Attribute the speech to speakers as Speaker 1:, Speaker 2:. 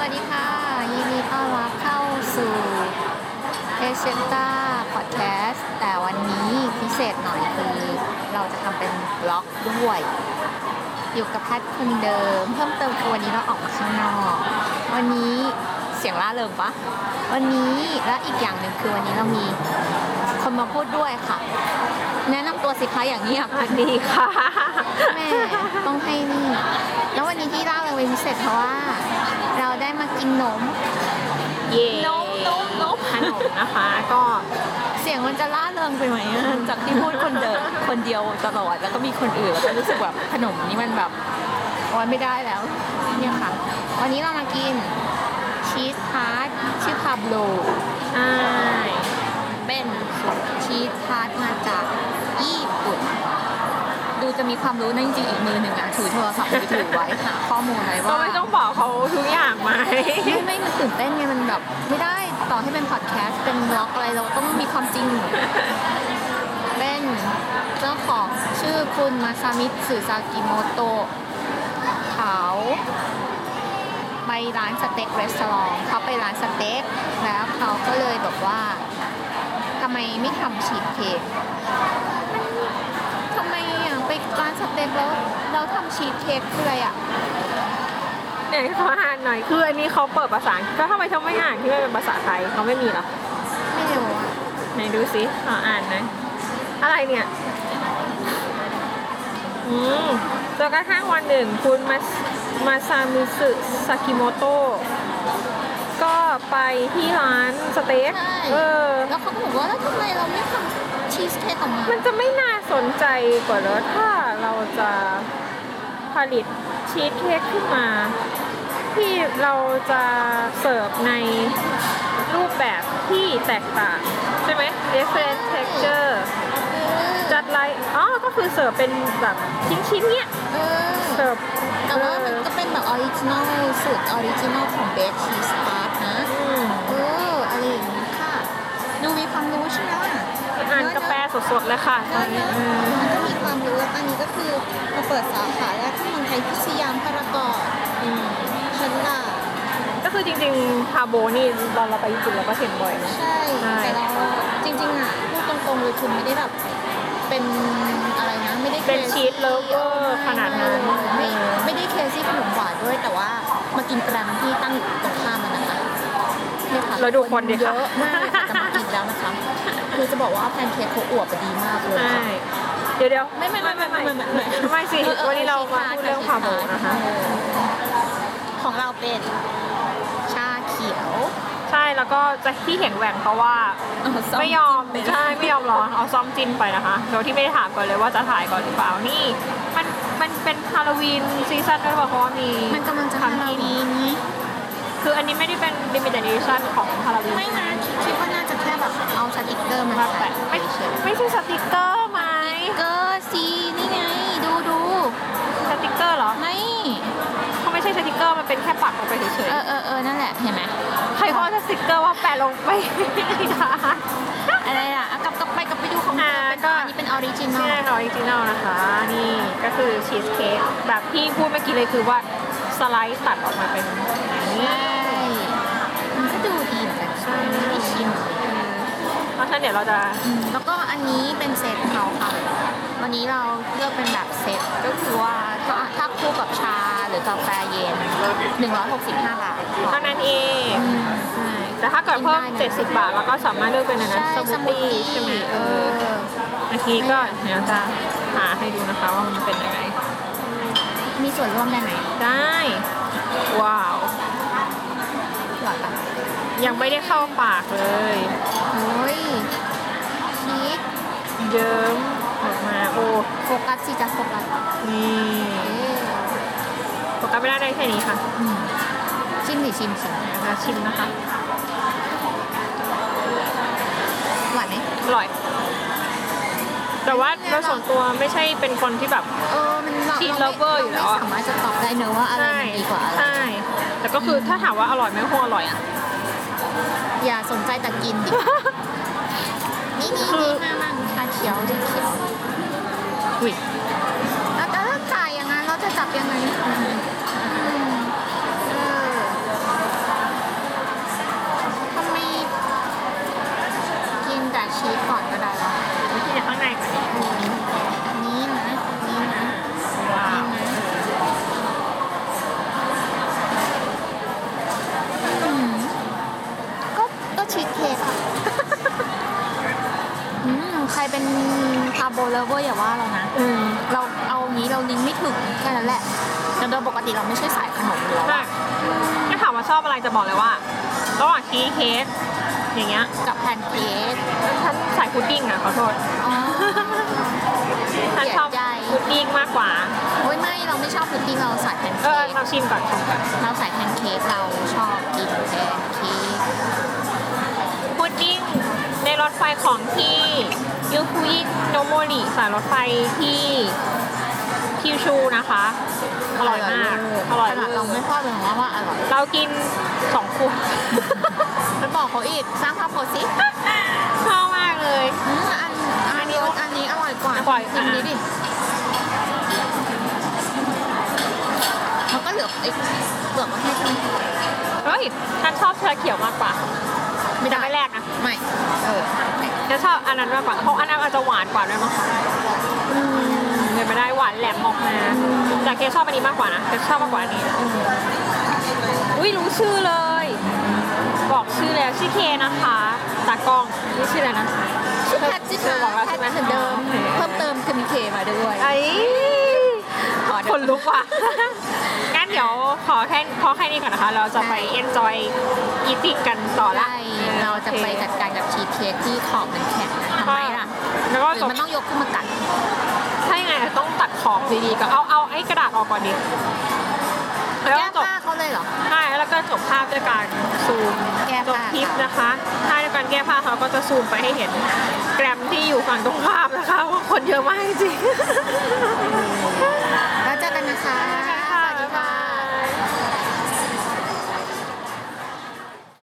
Speaker 1: วัสดีค่ะ ยินดีต้อนรับเข้าสู่เอเชนต้าพอดแคสต์แต่วันนี้พิเศษหน่อยคือเราจะทำเป็นบล็อกด้วย อยู่กับแพทคนเดิม เพิ่มเติมคือวันนี้เราออกมาข้างนอก วันนี้เสียงล่าเริงปะวันนี้และอีกอย่างหนึ่งคือวันนี้เรามีคนมาพูดด้วยค่ะ แนะนำตัวสิคะอย่างเงียบ
Speaker 2: สวัสดีค่ะ
Speaker 1: แม่ต้องให้นี่ แล้ววันนี้ที่เล่าเลยเป็นพิเศษเพราะว่า เราได้มากินนม
Speaker 2: เย่
Speaker 1: นมนมนม
Speaker 2: ขนมนะคะ ก็
Speaker 1: เสียงมันจะล่าเริงไปไหมอะจากที่พูดคนเดิมคนเดียวตลอดแล้วก็มีคนอื่นแล้วก็รู้สึกแบบขนมนี่มันแบบโอ้ยไม่ได้แล้วเนี่ยค่ะ วันนี้เรามากินชีสทาร์ตชื่อพาโบ
Speaker 2: ใช่
Speaker 1: เป็นชีสทาร์ตมาจากญี่ปุ่น ดูจะมีความรู้นั่นจริงๆอีกมือหนึ่งอะถือโทรศัพท์มือถือไว้หาข้อมูลไว้
Speaker 2: ก็
Speaker 1: ว่า
Speaker 2: ไม่ต้องบอกเขาทุกอย่างไหม
Speaker 1: ไม่ไม่มันตื่นเต้นไง มันแบบ ไม่ได้ต่อให้เป็นพอดแคสต์เป็นบล็อกอะไรเราต้องมีความจริง เป็นเจ้าของชื่อคุณมาซามิสึซากิโมโตะเขาไปร้านสเต็กรีสอร์ทเขาไปร้านสเต็กแล้วเขาก็เลยบอกว่าทำไมไม่ทำชีสเค้กทำไมอ่ะไปร้านสเต็กแล้วเราทำชีสเค้กคืออะไรอ่ะ
Speaker 2: เดี๋ยวเขาอ่านหน่อยคืออันนี้เขาเปิดภาษาอังกฤษก็ทำไมเขาไม่อ่านที่มันเป็นภาษาไทยเขาไม่มีเหรอ
Speaker 1: ไม่รู้อ่ะ
Speaker 2: ไหนดูสิขออ่านหนะอะไรเนี่ยอืมจนกระทั่งวันหนึ่งคุณมามาซามิสึซากิโมโตะก็ไปที่ร้านสเต็ก
Speaker 1: ใช่
Speaker 2: เออ
Speaker 1: แล้วเขาก็บอกว่าแล้วทำไมเราไม่ทำชีสเค้กออกมา
Speaker 2: มันจะไม่น่าสนใจกว่าเหรอถ้าเราจะผลิตชีสเค้กขึ้นมา ที่เราจะเสิร์ฟในรูปแบบที่แตกต่าง ใช่ไหม different texture จัดไลน์อ๋อ ก็คือเสิร์ฟเป็นแบบชิ้นๆเนี้ย
Speaker 1: เออ
Speaker 2: เสิร์ฟ
Speaker 1: แต่ว่ามันก็เป็นแบบออริจินอลสูตรออริจินอลของเบสชีสพาร์ทนะ
Speaker 2: อืม
Speaker 1: เอออะไรอย่างนี้ค่ะ ดูมีความรู้ใช่ไหมล่ะ
Speaker 2: อ่านกาแฟสดๆเลยค่ะต
Speaker 1: เน
Speaker 2: อ
Speaker 1: อะ
Speaker 2: น
Speaker 1: เน
Speaker 2: นี้
Speaker 1: อะ
Speaker 2: อืม
Speaker 1: มันก็มีความรู้แล้วตอนนี้ก็คือมาเปิดสาขาแรกที่เมืองไทยที่สยามพารากอน
Speaker 2: อืม
Speaker 1: ชั้นล่าง
Speaker 2: ก็คือจริงๆพาโบนี่ตอนเราไปญี่ปุ่นเราก็เห็นบ่อยนะ
Speaker 1: ใช่
Speaker 2: ใช่
Speaker 1: แต่เราจริงๆอ่ะพูดตรงๆเลยคุณไม่ได้แบบเป็นอะไรนะไม่ได้
Speaker 2: เป็นชีสเลิฟเวอร์ขนาดนั้น
Speaker 1: ไม่ไม่ได้เคซี่ขนมหวานด้วย แต่ว่ามากินกรันที่ตั้งอยู่ตรงข้ามมันนะคะเนี่ยค่ะ
Speaker 2: แล้วดูคนดิ
Speaker 1: เย
Speaker 2: ค่ะ
Speaker 1: อะมากค่ะแต่มากินแล้วนะคะคือจะบอกว่าแพนเค้กเขาอวบอะดีมากเลย
Speaker 2: ใช่
Speaker 1: ค่ะ
Speaker 2: เดี๋ยวเดี๋ยว
Speaker 1: ไม่ไม่ไม่ไม่ไม่ไม่ไม่
Speaker 2: ไม่สิ
Speaker 1: ออออ
Speaker 2: วันนี้เรามาพูดเรื่องความโบนะคะ
Speaker 1: เออของเราเป็นชาเขียว
Speaker 2: ใช่แล้วก็จะที่เห็นแหว่งเพราะว่าไม่ยอมใช่ไม่ยอมรอเอาซ้อมจินไปนะคะโดยที่ไม่ได้ถามก่อนเลยว่าจะถ่ายก่อนหรือเปล่านี่ มันมันเป็นฮาโลวีนซีซั่นด้วยหรือเปล่าเพราะว่ามี
Speaker 1: มันกำลังจะฮา
Speaker 2: ทำ
Speaker 1: โล
Speaker 2: กิน
Speaker 1: วีนนี้
Speaker 2: คืออันนี้ไม่ได้เป็นลิมิเต็ดเอดิชั่นของฮาโลวีน
Speaker 1: ไม่นะคิดว่าน่าจะแค่แบบเอาสติกเกอร์มา
Speaker 2: แบบ
Speaker 1: ใส่
Speaker 2: แต่ไม่ไม่ใช่สติกเกอร์ไหม
Speaker 1: เกอร์ซีนี่ไง ดูดู
Speaker 2: สติกเกอร์เหรอ
Speaker 1: ไม่
Speaker 2: เขาไม่ใช่สติกเกอร์มันเป็นแค่ปักลงไปเฉย
Speaker 1: เออเออเออนั่นแหละ เห็นไหม
Speaker 2: ๆใครเขาเอาสติกเกอร์ว่าแปะลง ไป
Speaker 1: อะไร
Speaker 2: ได้
Speaker 1: ล่ะอ่ะกลับกลับไปกลับไปดูของเธอ
Speaker 2: อ่า
Speaker 1: เป็น
Speaker 2: ก็
Speaker 1: อันนี้เป็นออริจินอ
Speaker 2: ชื่อ
Speaker 1: ล
Speaker 2: แน่นอนจริงๆนะคะ นี่ก็คือชีสเค้กแบบที่พูดเมื่อกี้เลยคือว่าสไลด์ตัดออกมาเป็นอย่างนี้
Speaker 1: ใช่มันก็ดูดีเหมือนกันใช่ไหมไม่ได้ชิม
Speaker 2: เพราะฉะนั้นเดี๋ยวเราจะ
Speaker 1: อืมแล้วก็อันนี้เป็นเซตเขาค่ะ วันนี้เราเลือกเป็นแบบเซตก็คือว่าถ้าถ้าคู่กับชาหรือกาแฟเย็น 165 บาท
Speaker 2: เท่านั้นเอง
Speaker 1: อืม
Speaker 2: ใช่แต่ถ้าเกิดเพิ่ม
Speaker 1: กินได้นะ
Speaker 2: 70 บาทแล้วก็สามารถเลือกเป็นอันนั้น
Speaker 1: ใช่
Speaker 2: ส
Speaker 1: ส
Speaker 2: มู
Speaker 1: มูทตี้
Speaker 2: ทตี้ใช่ไหม
Speaker 1: เอ
Speaker 2: เออ
Speaker 1: อ
Speaker 2: เมื่อกี้ก็เดี๋ยวจะหาให้ดูนะคะว่ามันเป็นยังไง
Speaker 1: มีส่วนร่วมได้ไหม
Speaker 2: ได้ ว้าว
Speaker 1: หลอดปะ
Speaker 2: ยังไม่ได้เข้าปากเลย
Speaker 1: โอ้ยชีส
Speaker 2: เยิ้มออกมาโอ้
Speaker 1: โฟกัสสิจะโฟกัส
Speaker 2: นี่
Speaker 1: เออ
Speaker 2: โฟกัสไม่ได้ได้แค่นี้ค่ะ
Speaker 1: อืมชิมสิชิมสิ
Speaker 2: เดี๋ยวจะชิมนะคะ
Speaker 1: หวานไหม
Speaker 2: อร่อย แต่ว่าโดยส่วนตัวไม่ใช่เป็นคนที่แบบ
Speaker 1: เออ มันแบบ
Speaker 2: ชีส lover อยู่แล้วอะ
Speaker 1: เราไม่สามารถจะตอบได้เนอะว่าอะไรมั
Speaker 2: ใช่
Speaker 1: นดีกว่าอะไร
Speaker 2: ใช่ แต่ก็คืออ
Speaker 1: ม
Speaker 2: ถ้าถามว่าอร่อยไหมคงอร่อย อ่ะ
Speaker 1: อย่าสนใจแต่กินดิ นี่นี่
Speaker 2: คือ
Speaker 1: นี่มามาชาเขียวชาเขียว
Speaker 2: อุ้ย
Speaker 1: แล้วถ้าจ่ายอย่างนั้นเราจะจับยังไงอืมเออ พาโบเลเวอร์อย่าว่าเรานะ
Speaker 2: อืม
Speaker 1: เราเอางี้เราลิงก์ไม่ถึงแค่นั้นแหละแต่โดยปกติเราไม่ใช่สายขนมอยู่แล้ว
Speaker 2: ใช่
Speaker 1: อะ
Speaker 2: ถ้าถามว่าชอบอะไรจะบอกเลยว่าระหว่างชีสเค้กอย่างเงี้ย
Speaker 1: กับแพนเค้ก
Speaker 2: ฉันใส่พุดดิ้งอ่ะขอโทษ
Speaker 1: อ๋อ
Speaker 2: ฉันชอบ
Speaker 1: เสียใจ
Speaker 2: พุดดิ้งมากกว่า
Speaker 1: โอ้ยไม่เราไม่ชอบพุดดิ้งเราสายแพน
Speaker 2: เอ
Speaker 1: เค้
Speaker 2: อก เราชิมก่อนชิมก่อน
Speaker 1: เราสายแพนเค้กเราชอบกินแพนเค้ก
Speaker 2: พุดดิ้งในรถไฟของที่ยูคุยิโนโมริสายรถไฟที่คิวชูนะคะ อร่อยมากอร่อย
Speaker 1: ขนาดเรา
Speaker 2: เวอ
Speaker 1: ไม่
Speaker 2: ร์
Speaker 1: ชอบเลยของเราว่าอร่อย
Speaker 2: เรากินสองข วด
Speaker 1: ไปบอกเขาอีกสร้างภาพโพสต์สิ
Speaker 2: ชอบมากเลย
Speaker 1: อืมอันอันนี้อันนี้อร่อยกว่า
Speaker 2: อร่อย
Speaker 1: ชิมนี้
Speaker 2: อ่ะ
Speaker 1: ดิมันก็เหลือไอ้เปลือกมาให้ใช่ไหม
Speaker 2: เฮ้ยฉันชอบชาเขียวมากกว่าไม่ได้ไม่แรกนะ
Speaker 1: ไม่เออ
Speaker 2: ฉันชอบอันนั้นมากกว่าเพราะอันนั้นอาจจะหวานกว่าด้วยมั้ง
Speaker 1: อืม
Speaker 2: เดินไม่ได้หวานแหลมออกมาแต่เคชอบอันนี้มากกว่านะเคชอบมากกว่าอันนี้อุ้ยรู้ชื่อเลย บอกชื่อแล้วชื่อเคนะคะตากล้องนี่ชื่ออะไรนะ
Speaker 1: ชื่อแพทย์สิคะ
Speaker 2: เธอบอกแล้ว
Speaker 1: แพ
Speaker 2: ใช่
Speaker 1: ท
Speaker 2: ไห
Speaker 1: ย์
Speaker 2: ม
Speaker 1: เหมือนเดิม เพิ่มเติมคือมีเคมาด้วย
Speaker 2: ไอ้
Speaker 1: ขอเถอะ
Speaker 2: คนลุกว่ะ งั้นเดี๋ยวขอแค่ขอแค่นี้ก่อนนะคะ เราจะไป enjoy eating กันต่อละ
Speaker 1: ได้เราจะไปจัดการกับชีสเค้กที่ขอบมันแข็งนะทำไมล่ะ
Speaker 2: แล้วก็
Speaker 1: หรื
Speaker 2: จ
Speaker 1: อบ มันต้องยกขึ้นมากัด
Speaker 2: ถ้ายังไงอาจจะต้องตัดขอบดีๆก็เอาเอาไอ้กระดาษออกก่อนดิแล้ว
Speaker 1: แก้
Speaker 2: ก็จบ
Speaker 1: ผ้าเขาเลยเหรอ
Speaker 2: ใช่แล้วก็จบภาพด้วยการซูม
Speaker 1: แก้ผ้า
Speaker 2: จบคลิปนะคะถ้าด้วยการแก้ผ้าเขาก็จะซูมไปให้เห็น แกรมที่อยู่ฝั่งตรงภาพนะคะว่าคนเยอะมากจริง